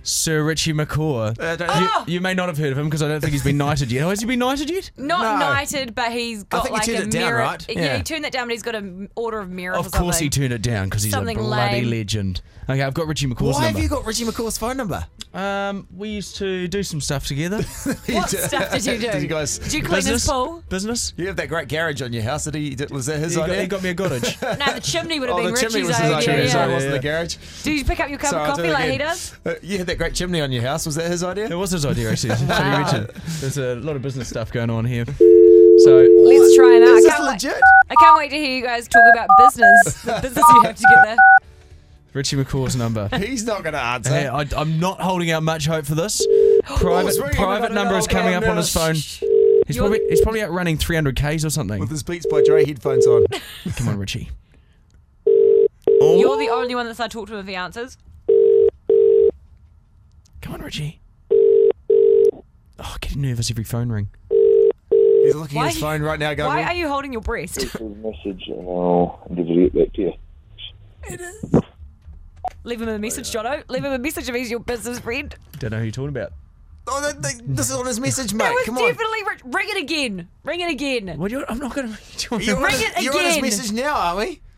Speaker 3: Sir Richie McCaw.
Speaker 2: Uh,
Speaker 3: you,
Speaker 4: Oh!
Speaker 3: you may not have heard of him because I don't think he's been knighted yet. Oh, has he been knighted yet?
Speaker 4: Not knighted, but he's got
Speaker 3: think he
Speaker 4: like
Speaker 3: turned
Speaker 4: a
Speaker 3: it down,
Speaker 4: merit.
Speaker 3: right?
Speaker 4: Yeah.
Speaker 3: Yeah.
Speaker 4: he turned that down, but he's got an order of merit.
Speaker 3: Of course he turned it down because he's
Speaker 4: Something
Speaker 3: a bloody
Speaker 4: lame.
Speaker 3: legend. Okay, I've got Richie McCaw's
Speaker 2: Why
Speaker 3: number.
Speaker 2: have you got Richie McCaw's phone number?
Speaker 3: Um, we used to do some stuff together.
Speaker 4: What
Speaker 2: <laughs>
Speaker 4: stuff did you do?
Speaker 2: Did you guys?
Speaker 4: Did you clean his Business? pool?
Speaker 3: Business?
Speaker 2: You have that great garage on your house. Did he? Was that his
Speaker 3: He got-
Speaker 2: idea?
Speaker 3: he got me a garage.
Speaker 4: No, the chimney would have
Speaker 2: oh,
Speaker 4: been
Speaker 2: the chimney
Speaker 4: Richie's
Speaker 2: was his
Speaker 4: idea.
Speaker 2: idea.
Speaker 4: yeah.
Speaker 2: Sorry, it wasn't the garage.
Speaker 4: Did you pick up your cup
Speaker 2: Sorry,
Speaker 4: of
Speaker 2: I'll do
Speaker 4: coffee
Speaker 2: it
Speaker 4: like he
Speaker 2: again.
Speaker 4: does?
Speaker 2: Uh, you had that great chimney on your house. Was that his idea?
Speaker 3: It was his idea, actually. It's funny you
Speaker 2: Wow.
Speaker 3: mention it. There's a lot of business stuff going on here. So
Speaker 4: Let's try it out.
Speaker 2: Is
Speaker 4: I
Speaker 2: this
Speaker 4: can't Wait. I can't wait to hear you guys talk about business.
Speaker 3: <laughs>
Speaker 4: The business you have to get there.
Speaker 3: Richie McCaw's number.
Speaker 2: He's not going to answer.
Speaker 3: Hey, I, I'm not holding out much hope for this.
Speaker 2: Oh,
Speaker 3: Private,
Speaker 2: it's ringing. I
Speaker 3: private
Speaker 2: don't
Speaker 3: number
Speaker 2: know.
Speaker 3: is
Speaker 2: Okay,
Speaker 3: coming up
Speaker 2: I'm
Speaker 3: on his phone.
Speaker 2: nervous.
Speaker 3: He's
Speaker 2: You're-
Speaker 3: probably he's probably out running 300 k's or something. With
Speaker 2: his Beats by Dre headphones on.
Speaker 3: Come on, Richie.
Speaker 4: <laughs> You're the only one that's I talk to if he answers.
Speaker 3: Come on, Richie. Oh, getting nervous every phone ring.
Speaker 2: He's looking
Speaker 4: Why- Why are you holding
Speaker 3: <laughs>
Speaker 4: your breast?
Speaker 14: Message and I'll deliver it back to you.
Speaker 4: Leave him
Speaker 3: Oh,
Speaker 4: a message, Jono. Leave him a message if he's your business friend.
Speaker 3: Don't know who you're talking about.
Speaker 2: Oh, that, that, this is on his message, mate.
Speaker 4: That was
Speaker 2: Come on.
Speaker 4: definitely Rich. Ring it again. Ring it again. <laughs>
Speaker 3: What? You're, I'm not going to
Speaker 4: Ring it again.
Speaker 2: You're on his message now, aren't we?
Speaker 3: <laughs>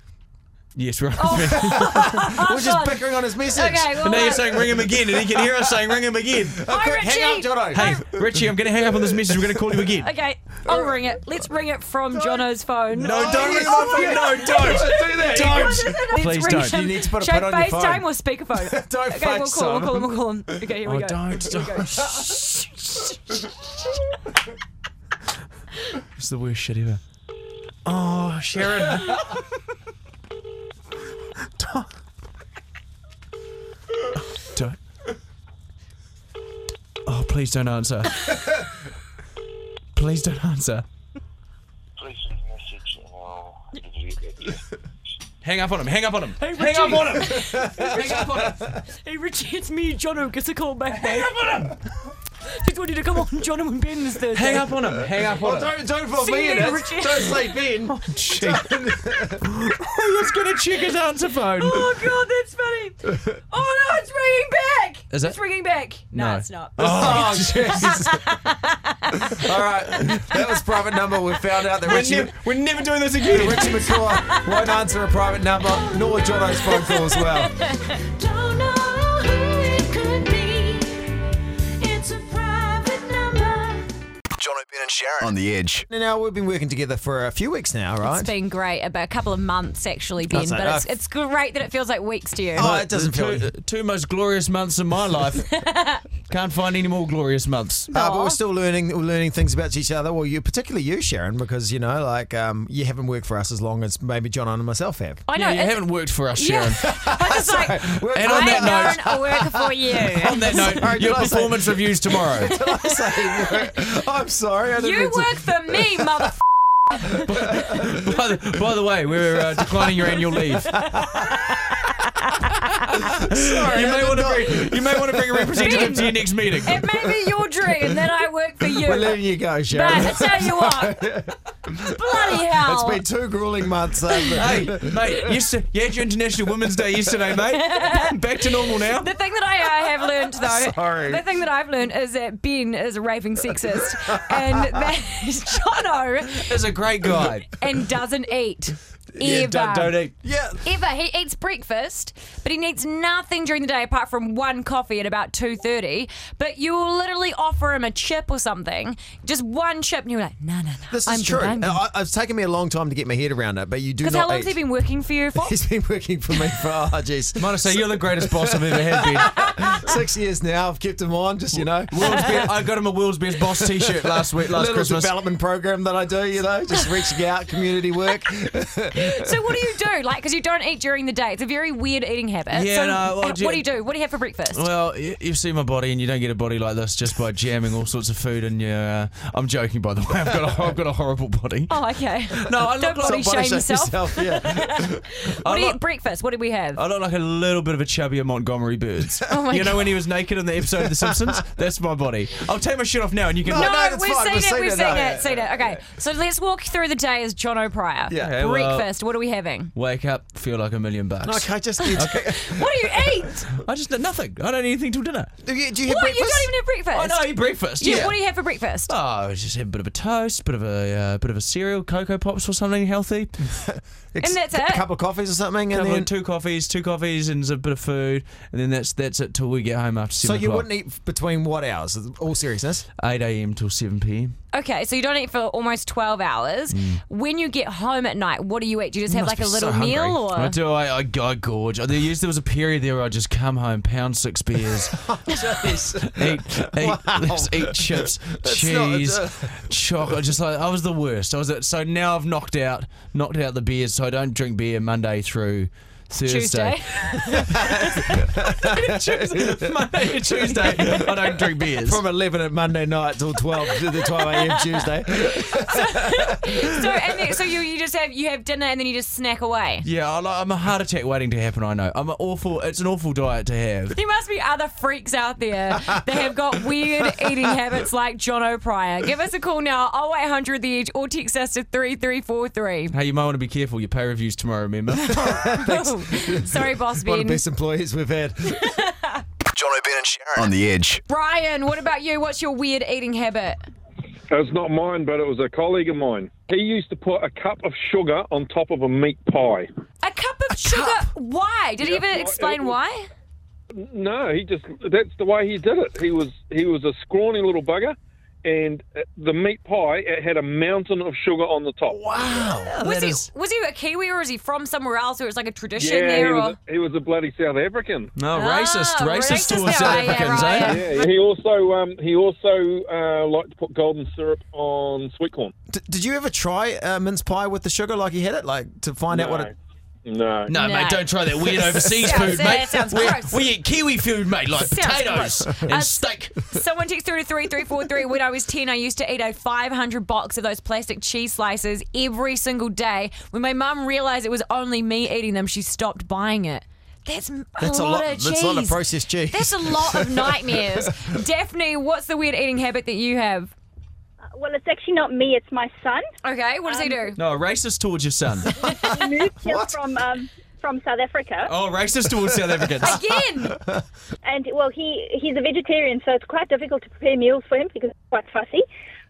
Speaker 3: Yes, right.
Speaker 4: Oh,
Speaker 2: We're just bickering on his message.
Speaker 4: Okay,
Speaker 3: <laughs>
Speaker 4: well,
Speaker 3: But now you're saying ring him again, and he can hear us saying ring him again.
Speaker 4: Hi, Richie.
Speaker 3: Hey, Richie, I'm going to hang up on this message. We're going to call you again.
Speaker 4: Okay, I'll ring it. Let's ring it from Jono's phone.
Speaker 3: No, don't ring it on
Speaker 4: Oh
Speaker 3: my
Speaker 4: my
Speaker 3: phone. No,
Speaker 4: God.
Speaker 3: don't. Don't do that. Don't.
Speaker 4: Let's
Speaker 3: Please
Speaker 4: ring
Speaker 3: don't.
Speaker 4: him.
Speaker 3: You need to put a
Speaker 4: Should I
Speaker 3: put on your phone.
Speaker 4: FaceTime
Speaker 3: <laughs>
Speaker 4: or speakerphone?
Speaker 2: Don't
Speaker 4: okay, we'll call, we'll call him.
Speaker 2: FaceTime.
Speaker 4: We'll call him. Okay, here we
Speaker 2: Oh,
Speaker 4: go.
Speaker 2: don't,
Speaker 4: Here we go.
Speaker 2: don't.
Speaker 3: It's the worst shit ever. Oh, Sharon. Don't. Oh, please don't answer. please don't answer.
Speaker 14: Please leave a message and I'll deliver it back to you.
Speaker 3: Hang up on him. Hang up on him.
Speaker 4: Hey,
Speaker 3: hang up
Speaker 4: Richie.
Speaker 3: on him. hang up on him. <laughs>
Speaker 4: Hey, Richie, it's me, Jono. Gets a call back. Hang
Speaker 3: up on him.
Speaker 15: Just wanted to come on John and Ben this Thursday.
Speaker 3: Hang up on him. Hang up on
Speaker 15: Oh,
Speaker 3: him.
Speaker 15: don't- don't put See me in you, it. Richard. Don't say
Speaker 3: Ben. Oh, gee. I was going to check his answer phone.
Speaker 4: Oh god, that's funny. Oh no, it's ringing back.
Speaker 3: Is it?
Speaker 4: It's ringing back. No,
Speaker 2: No.
Speaker 4: it's not.
Speaker 2: Oh, Jesus. <laughs> All right, that was private number. We found out that
Speaker 3: We're
Speaker 2: Richie.
Speaker 3: nev- we're never doing this again.
Speaker 2: Richie McCaw won't answer a private number, nor Jono's phone call as
Speaker 4: <laughs>
Speaker 2: well.
Speaker 12: Don't know who it could be. It's a private number.
Speaker 7: John Ben and Sharon on the edge.
Speaker 2: Now we've been working together for a few weeks now, right?
Speaker 4: It's been great, about a couple of months actually, Ben.
Speaker 2: That's
Speaker 4: but
Speaker 2: it.
Speaker 4: it's,
Speaker 3: ah.
Speaker 2: Uh,
Speaker 4: it's great that it feels like weeks to you.
Speaker 2: Oh,
Speaker 3: Oh, two, uh, two most glorious months in <laughs> my life. Can't find any more glorious months.
Speaker 2: Uh, but we're still learning we're learning things about each other. Well, you particularly you, Sharon, because you know, like um, you haven't worked for us as long as maybe John and myself have.
Speaker 4: I know,
Speaker 3: you
Speaker 4: it's-
Speaker 3: haven't worked for us,
Speaker 4: Yeah.
Speaker 3: Sharon.
Speaker 4: <laughs> I was like,
Speaker 3: And on
Speaker 4: I
Speaker 3: that note-
Speaker 4: don't work for you.
Speaker 3: <laughs> On that note,
Speaker 2: Sorry,
Speaker 3: your
Speaker 2: did I say-
Speaker 3: performance review's tomorrow.
Speaker 2: <laughs> Did I say work? I'm sorry. I didn't
Speaker 4: You
Speaker 2: mean to-
Speaker 4: work for
Speaker 3: <laughs>
Speaker 4: me, mother.
Speaker 3: by, the, by the way, we're uh, declining your annual leave.
Speaker 2: Sorry,
Speaker 3: you
Speaker 2: I
Speaker 3: may
Speaker 2: did
Speaker 3: want to
Speaker 2: not-
Speaker 3: bring you may want to bring a representative to your next meeting.
Speaker 4: It may be your dream that I work for you.
Speaker 2: We're letting you go, Sharon.
Speaker 4: I tell you
Speaker 3: <laughs>
Speaker 4: what. Bloody hell.
Speaker 2: It's been two grueling months.
Speaker 3: Hey, mate, yes, you had your International Women's Day yesterday, mate. Back to normal now.
Speaker 4: The thing that I, I have learned, though,
Speaker 3: Sorry.
Speaker 4: the thing that I've learned is that Ben is a raving sexist, and that <laughs> Jono
Speaker 3: Is a great guy.
Speaker 4: and doesn't eat.
Speaker 3: Yeah,
Speaker 4: ever.
Speaker 3: don't- don't eat.
Speaker 2: Yeah.
Speaker 4: Ever. He eats breakfast, but he needs nothing during the day apart from one coffee at about 2.30. But you will literally offer him a chip or something, just one chip, and you're like, no, no, no.
Speaker 2: This is
Speaker 4: I'm good,
Speaker 2: true.
Speaker 4: I'm good."
Speaker 2: I, it's taken me a long time to get my head around it, but you do
Speaker 4: Because
Speaker 2: not
Speaker 4: how long
Speaker 2: eat.
Speaker 4: has he been working for you for?
Speaker 2: <laughs> He's been working for me for, oh, jeez.
Speaker 3: Might I say, you're the greatest boss I've ever had, Ben.
Speaker 2: Six years now. I've kept him on, just, you know.
Speaker 3: World's best, I got him a World's Best Boss T-shirt last week, last
Speaker 2: Little
Speaker 3: Christmas.
Speaker 2: development program that I do, you know, just reaching out, community work.
Speaker 4: so what do you do? Like, because you don't eat during the day. It's a very weird eating habit.
Speaker 3: Yeah,
Speaker 4: so
Speaker 3: no, well,
Speaker 4: what
Speaker 3: do-
Speaker 4: do you do? What do you have for breakfast?
Speaker 3: Well, you, you see my body, and you don't get a body like this just by jamming all sorts of food. And uh, I'm joking, by the way. I've got a, I've got a horrible body.
Speaker 4: Oh, okay.
Speaker 3: No,
Speaker 4: <laughs>
Speaker 3: I
Speaker 4: don't
Speaker 3: look like- Don't body
Speaker 4: body shame
Speaker 3: shame
Speaker 2: yourself,
Speaker 4: yourself. what
Speaker 3: I
Speaker 4: do you
Speaker 3: look-
Speaker 4: eat breakfast? What do we have?
Speaker 3: I look like a little bit of a chubbier Montgomery Burns.
Speaker 4: Oh my
Speaker 3: you know when he was naked in the episode of The Simpsons? That's my body. I'll take my shit off now, and you can.
Speaker 4: No,
Speaker 3: look.
Speaker 4: we've seen it. We've seen it. Seen it. Okay, so let's walk through the day as John O'Prior.
Speaker 3: Yeah. Okay, well-
Speaker 4: breakfast. what are
Speaker 3: <laughs>
Speaker 4: we having?
Speaker 3: Wake up, feel like a million bucks.
Speaker 2: Okay, just
Speaker 4: What do you eat?
Speaker 3: I just did nothing. I don't eat anything till dinner.
Speaker 2: <laughs>
Speaker 3: Oh,
Speaker 2: Do you,
Speaker 4: what? You don't even have breakfast.
Speaker 3: I know I eat breakfast.
Speaker 4: You-
Speaker 3: Yeah.
Speaker 4: What do you have for breakfast?
Speaker 3: Oh, I just had a bit of a toast, bit of a uh, bit of a cereal, cocoa pops or something healthy.
Speaker 4: And that's it?
Speaker 2: A couple of coffees or something, and
Speaker 3: Couple
Speaker 2: then
Speaker 3: of two coffees, two coffees, and a bit of food, and then that's that's it till we get home after
Speaker 2: so
Speaker 3: seven.
Speaker 2: you wouldn't eat between what hours? All seriousness.
Speaker 3: Eight a.m. till seven p.m.
Speaker 4: Okay, so you don't eat for almost twelve hours.
Speaker 3: Mm.
Speaker 4: When you get home at night, what do you eat? Do you just have like a little meal, or
Speaker 3: I do. I, I, I gorge. There used there was a period there where I just come home, pound six beers, eat
Speaker 2: <laughs>
Speaker 3: eat, just eat chips,
Speaker 2: That's not-
Speaker 3: cheese,
Speaker 2: uh,
Speaker 3: chocolate. Just like I was the worst. I was at, so now I've knocked out knocked out the beers, so I don't drink beer Monday through Thursday.
Speaker 4: Tuesday?
Speaker 3: Tuesday. Monday to <laughs> Tuesday. I don't drink beers.
Speaker 2: From 11 at Monday night till 12 to the 12 a.m. Tuesday.
Speaker 4: <laughs> so and then, so you, you just have you have dinner and then you just snack away.
Speaker 3: Yeah, I, like- I'm a heart attack waiting to happen. I know. I'm an awful. It's an awful diet to have.
Speaker 4: There must be other freaks out there that
Speaker 16: <laughs>
Speaker 4: have got weird eating habits like John O'Prior. Give us a call now, 0800 The Edge, or text us to
Speaker 16: <laughs>
Speaker 4: 3343.
Speaker 3: Hey, you might want to be careful. Your pay reviews tomorrow.
Speaker 2: <laughs>
Speaker 3: Remember.
Speaker 4: <laughs> Sorry, Boss
Speaker 2: One of
Speaker 4: Ben.
Speaker 2: the best employees we've had.
Speaker 7: John Ben and Sharon on the edge.
Speaker 4: Brian, what about you? What's your weird eating habit?
Speaker 16: It's not mine, but it was a colleague of mine. He used to put a cup of sugar on top of a meat pie.
Speaker 4: A cup of sugar. Why? Did he even explain why?
Speaker 16: No, he just that's the way he did it. He was he was a scrawny little bugger and uh, the meat pie it had a mountain of sugar on the top. Oh,
Speaker 4: Wow. Was he was he a Kiwi or is he from somewhere else or it's like a
Speaker 16: Yeah,
Speaker 4: tradition
Speaker 16: he
Speaker 4: there? Or
Speaker 16: was, a, he was a bloody South African.
Speaker 3: No,
Speaker 4: racist, Ah, racist racist towards
Speaker 3: South Africans, eh?
Speaker 16: Yeah, he also um, he also uh, liked to put golden syrup on sweet corn.
Speaker 2: D- did you ever try uh, mince pie with the sugar like he had it? Like to find out what it.
Speaker 16: No.
Speaker 3: No, mate, don't try that
Speaker 4: <laughs>
Speaker 3: weird overseas
Speaker 4: Sounds-
Speaker 3: food,
Speaker 4: that
Speaker 3: mate.
Speaker 4: sounds
Speaker 3: we,
Speaker 4: gross.
Speaker 3: we eat Kiwi food, mate, like
Speaker 4: Sounds
Speaker 3: potatoes
Speaker 4: gross.
Speaker 3: and
Speaker 4: Uh,
Speaker 3: steak.
Speaker 4: Someone texts through to 33343. When I was 10, I used to eat a 500 box of those plastic cheese slices every single day. When my mum realised it was only me eating them, she stopped buying it. That's a
Speaker 2: That's a
Speaker 4: lot,
Speaker 2: lot-
Speaker 4: of cheese.
Speaker 2: that's a lot of processed cheese.
Speaker 4: That's a lot
Speaker 2: <laughs>
Speaker 4: of nightmares. Daphne, what's the weird eating habit that you have?
Speaker 8: Well, it's actually not me, it's my son.
Speaker 4: Okay, what does he
Speaker 3: Um,
Speaker 4: do?
Speaker 2: No, racist towards your son. <laughs>
Speaker 8: He moved here from, um, from South Africa.
Speaker 3: Oh, racist towards South Africans.
Speaker 4: Again!
Speaker 8: And, well, he he's a vegetarian, so it's quite difficult to prepare meals for him because he's quite fussy.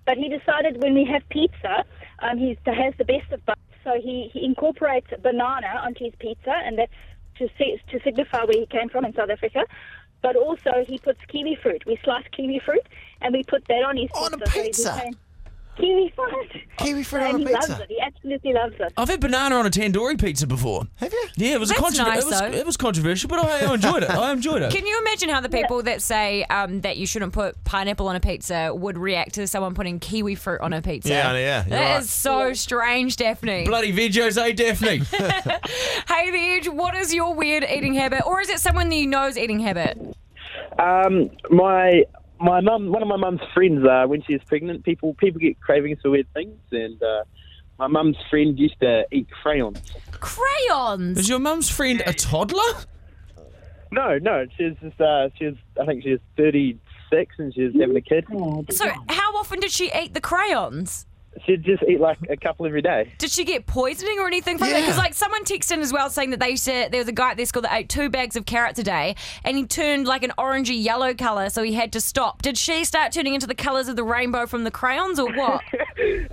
Speaker 8: But he decided when we have pizza, um, he has the best of both. So he, he incorporates banana onto his pizza, and that's to, si- to signify where he came from in South Africa. But also, he puts kiwi fruit. We slice kiwi fruit, and we put that on his on pizza. a
Speaker 2: pizza?
Speaker 8: Kiwi fruit.
Speaker 2: Kiwi
Speaker 8: fruit
Speaker 3: on a
Speaker 8: and he
Speaker 3: pizza.
Speaker 8: Loves it. He absolutely loves it.
Speaker 3: I've had banana on a tandoori pizza before. Have you? Yeah, it was
Speaker 4: That's
Speaker 3: a controversial.
Speaker 4: nice,
Speaker 3: it,
Speaker 4: though.
Speaker 3: was, it was controversial, but I, I enjoyed it. I enjoyed
Speaker 2: <laughs>
Speaker 3: it.
Speaker 4: Can you imagine how the people that say um, that you shouldn't put pineapple on a pizza would react to someone putting kiwi fruit on a pizza?
Speaker 3: Yeah, yeah,
Speaker 4: That is
Speaker 3: you're right.
Speaker 4: so strange, Daphne.
Speaker 3: Bloody veggies, eh, Daphne?
Speaker 4: <laughs> hey, The Edge, what is your weird eating habit? Or is it someone that you know's eating habit?
Speaker 16: Um, my my mum, one of my mum's friends, uh, when she was pregnant, people people get cravings for weird things, and uh, my mum's friend used to eat crayons.
Speaker 4: Crayons!
Speaker 3: Is your mum's friend a toddler?
Speaker 16: No, no, she's just uh, she's I think she's thirty six, and she's having a kid.
Speaker 4: So, how often did she eat the crayons?
Speaker 16: She'd just eat like a couple every day.
Speaker 4: Did she get poisoning or anything from it? Because like someone texted in as well saying that they said there was a guy at their school that ate two bags of carrots a day and he turned like an orangey yellow colour, so he had to stop. Did she start turning into the colours of the rainbow from the crayons or what? <laughs>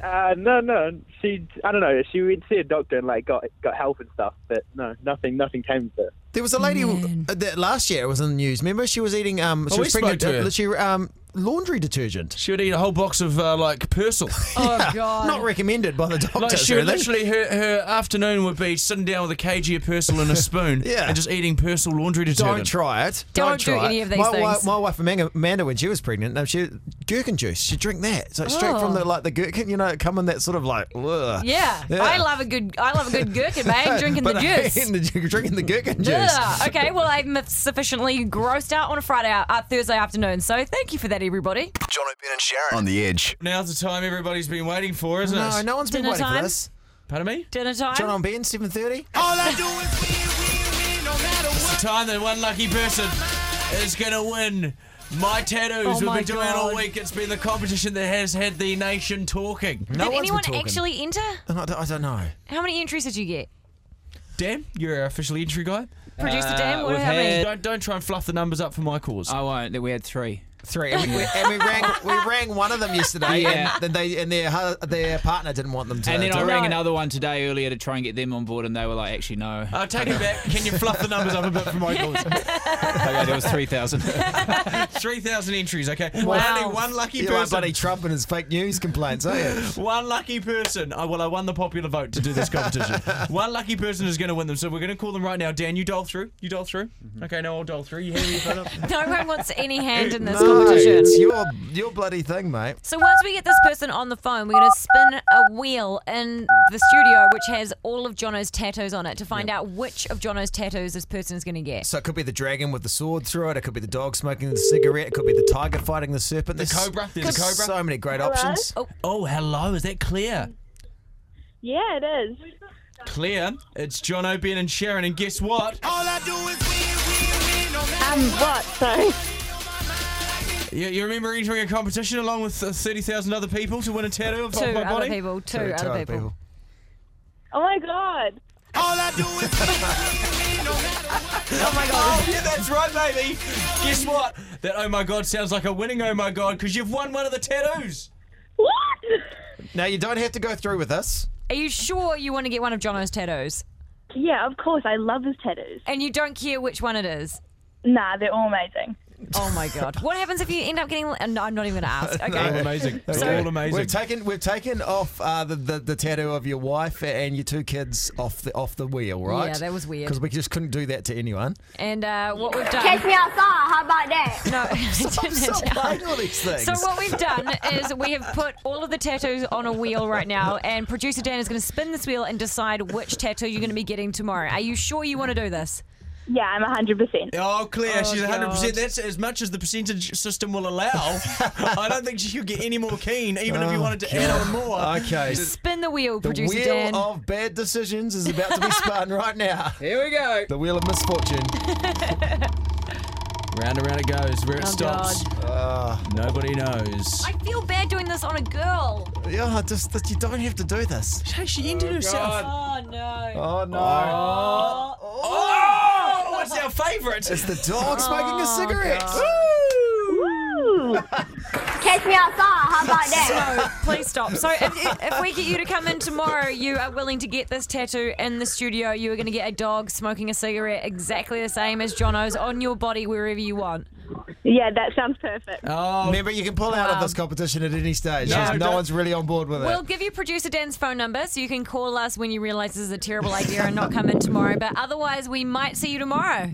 Speaker 16: Uh, no, no, she I don't know. She would see a doctor and like got got help and stuff, but no, nothing nothing came to it.
Speaker 2: There was a lady uh, that last year was in the news. Remember, she was eating. Um, she
Speaker 3: Oh, we
Speaker 2: was pregnant.
Speaker 3: spoke to her.
Speaker 2: She um, laundry detergent.
Speaker 3: She would eat a whole box of uh, like Persil.
Speaker 4: Oh,
Speaker 2: Yeah, Not recommended by the doctors.
Speaker 3: Like she would
Speaker 2: really.
Speaker 3: literally her, her afternoon would be sitting down with a kg of Persil and a spoon
Speaker 2: <laughs> Yeah.
Speaker 3: and just eating Persil laundry detergent.
Speaker 2: Don't try it.
Speaker 3: Don't do
Speaker 2: try
Speaker 3: any
Speaker 2: it.
Speaker 3: of these
Speaker 2: my, wi-
Speaker 3: things.
Speaker 2: My, wife Amanda, Amanda, when she was pregnant, no, she gherkin juice. She drink that. So straight from the
Speaker 4: Oh.
Speaker 2: like the gherkin, you know, it come in that sort of like. Ugh.
Speaker 4: Yeah, I love a good I love a good
Speaker 2: <laughs>
Speaker 4: gherkin, man. Drinking the
Speaker 2: But I
Speaker 4: juice.
Speaker 2: ain't the- <laughs> drinking the gherkin juice.
Speaker 4: Ugh. Okay, well, I'm sufficiently grossed out on a Friday, uh, Thursday afternoon. So thank you for that, everybody.
Speaker 7: John O'Brien and Sharon on the edge.
Speaker 3: Now's the time everybody's been waiting for, isn't
Speaker 2: No,
Speaker 3: it?
Speaker 2: no one's been Dinner waiting for time? this.
Speaker 3: Pardon me?
Speaker 4: Dinner time.
Speaker 2: John on Ben, seven thirty.
Speaker 4: Oh.
Speaker 3: All I do is It's the time that one lucky person is going to win. My tattoos
Speaker 4: Oh
Speaker 3: we've
Speaker 4: my
Speaker 3: been doing it all
Speaker 4: God.
Speaker 3: week. It's been the competition that has had the nation talking.
Speaker 4: Did anyone actually enter?
Speaker 2: I don't, I don't know.
Speaker 4: How many entries did you get?
Speaker 3: Dan, you're our official entry guy.
Speaker 4: Producer Dan, what
Speaker 17: we've
Speaker 4: how many?
Speaker 17: had-
Speaker 3: Don't don't try and fluff the numbers up for my cause.
Speaker 17: I won't. We had three.
Speaker 2: Three, and we, we- and we rang we rang one of them yesterday,
Speaker 17: Yeah.
Speaker 2: and they and their hu- their partner didn't want them to.
Speaker 17: And then
Speaker 2: to
Speaker 17: I rang another one today earlier to try and get them on board, and they were like, actually, no.
Speaker 3: I'll take it back. Uh, Can you fluff the numbers up a bit for
Speaker 4: <laughs>
Speaker 3: my cause?
Speaker 17: okay, Oh, there was
Speaker 3: <laughs>
Speaker 17: 3,000.
Speaker 3: 3,000 entries, okay?
Speaker 2: Wow.
Speaker 3: Only one lucky
Speaker 2: You're like
Speaker 3: person.
Speaker 2: bloody Trump and his fake news complaints, are you?
Speaker 3: One lucky person. Oh, well, I won the popular vote to do
Speaker 17: <laughs>
Speaker 3: this competition. One lucky person is going to win them. So we're going to call them right now. Dan, you dole through. You dole through.
Speaker 17: Mm-hmm.
Speaker 3: Okay, no, I'll dole through. You hear me? Philip?
Speaker 17: <laughs>
Speaker 4: No one wants any hand in this
Speaker 2: No,
Speaker 4: competition.
Speaker 2: It's your, your bloody thing, mate.
Speaker 4: So once we get this person on the phone, we're going to spin a wheel in the studio, which has all of Jono's tattoos on it, to find out which of Jono's tattoos this person is going to get.
Speaker 2: So it could be the dragon with the sword through it. It could be the dog smoking the cigarette. It could be the tiger fighting the serpent.
Speaker 3: The
Speaker 2: There's-
Speaker 3: cobra. There's a cobra.
Speaker 2: So many great
Speaker 3: Hello?
Speaker 2: options.
Speaker 4: Oh.
Speaker 3: hello. Is that Claire?
Speaker 8: Yeah, it is.
Speaker 3: Claire, it's John O'Brien and Sharon. And guess what?
Speaker 17: Oh.
Speaker 11: All I do is
Speaker 8: Um, what? Sorry.
Speaker 3: You, you remember entering a competition along with uh, 30,000 other people to win a tattoo of
Speaker 4: Two
Speaker 3: off my
Speaker 4: other
Speaker 3: body?
Speaker 4: people, two Two- two other other people. people.
Speaker 8: Oh my god.
Speaker 3: All I do is. oh my god. yeah, that's right, baby. Guess what? That oh my god sounds like a winning oh my god because you've won one of the tattoos.
Speaker 8: What? <laughs>
Speaker 2: Now you don't have to go through with us.
Speaker 4: Are you sure you want to get one of Jono's tattoos?
Speaker 8: Yeah, of course. I love his tattoos.
Speaker 4: And you don't care which one it is?
Speaker 8: Nah, they're all amazing.
Speaker 4: Oh my god. What happens if you end up getting. uh, No, I'm not even going
Speaker 2: <laughs>
Speaker 4: to ask. Okay.
Speaker 3: <laughs> They're all amazing.
Speaker 2: We've taken we've taken off uh, the, the the tattoo of your wife and your two kids off the off the wheel, right?
Speaker 4: Yeah, that was weird.
Speaker 2: Because we just couldn't do that to
Speaker 4: <laughs>
Speaker 2: anyone.
Speaker 4: And uh, what we've done.
Speaker 11: Catch me outside. How about that?
Speaker 2: <laughs>
Speaker 4: No, <laughs>
Speaker 11: Stop- stop playing all these things.
Speaker 4: So what we've done
Speaker 2: <laughs>
Speaker 4: is we have put all of the tattoos on a wheel right now, and producer Dan is going to spin this wheel and decide which tattoo you're going to be getting tomorrow. Are you sure you want to do this?
Speaker 18: Yeah, I'm 100%.
Speaker 3: Oh, Claire, she's 100%. That's as much as the percentage system will allow. <laughs> I don't think she could get any more keen, even if you wanted to add on more.
Speaker 2: Okay.
Speaker 4: Spin the wheel,
Speaker 2: The
Speaker 4: producer
Speaker 2: wheel
Speaker 4: Dan.
Speaker 2: of bad decisions is about to be spun right now. Here we go. The wheel of misfortune.
Speaker 19: Round and round it goes. Where it
Speaker 4: Oh,
Speaker 19: stops,
Speaker 3: Ah.
Speaker 19: nobody knows.
Speaker 4: I feel bad doing this on a girl.
Speaker 2: Yeah, just that you don't have to do this.
Speaker 3: Hey, she ended herself.
Speaker 4: Oh no.
Speaker 2: Oh no. Oh,
Speaker 3: what's our favourite?
Speaker 2: It's the dog smoking a
Speaker 4: Oh,
Speaker 2: cigarette.
Speaker 5: Catch me outside. How about
Speaker 4: So,
Speaker 5: that?
Speaker 4: please stop. So, if, if we get you to come in tomorrow, you are willing to get this tattoo in the studio. You are going to get a dog smoking a cigarette exactly the same as Jono's on your body wherever you want.
Speaker 18: Yeah, that sounds perfect.
Speaker 2: Oh. Remember, you can pull out of
Speaker 4: Wow.
Speaker 3: Um,
Speaker 2: this competition at any stage. No,
Speaker 4: Yeah. No,
Speaker 2: no
Speaker 4: don't-
Speaker 2: one's really on board with
Speaker 4: We'll
Speaker 2: it.
Speaker 4: give you producer Dan's phone number so you can call us when you realize this is a terrible idea and not come in tomorrow. But otherwise, we might see you tomorrow.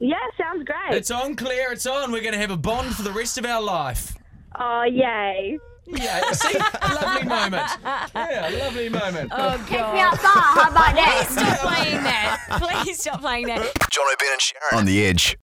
Speaker 18: Yeah, sounds great.
Speaker 3: It's on, Claire. It's on. We're going to have a bond for the rest of our life.
Speaker 18: Oh, yay.
Speaker 3: Yeah, see? lovely moment. Yeah, lovely moment.
Speaker 4: Oh, God.
Speaker 5: me outside. How about that?
Speaker 4: Please stop playing that. Please stop playing that.
Speaker 7: John O'Brien and Sharon on the edge.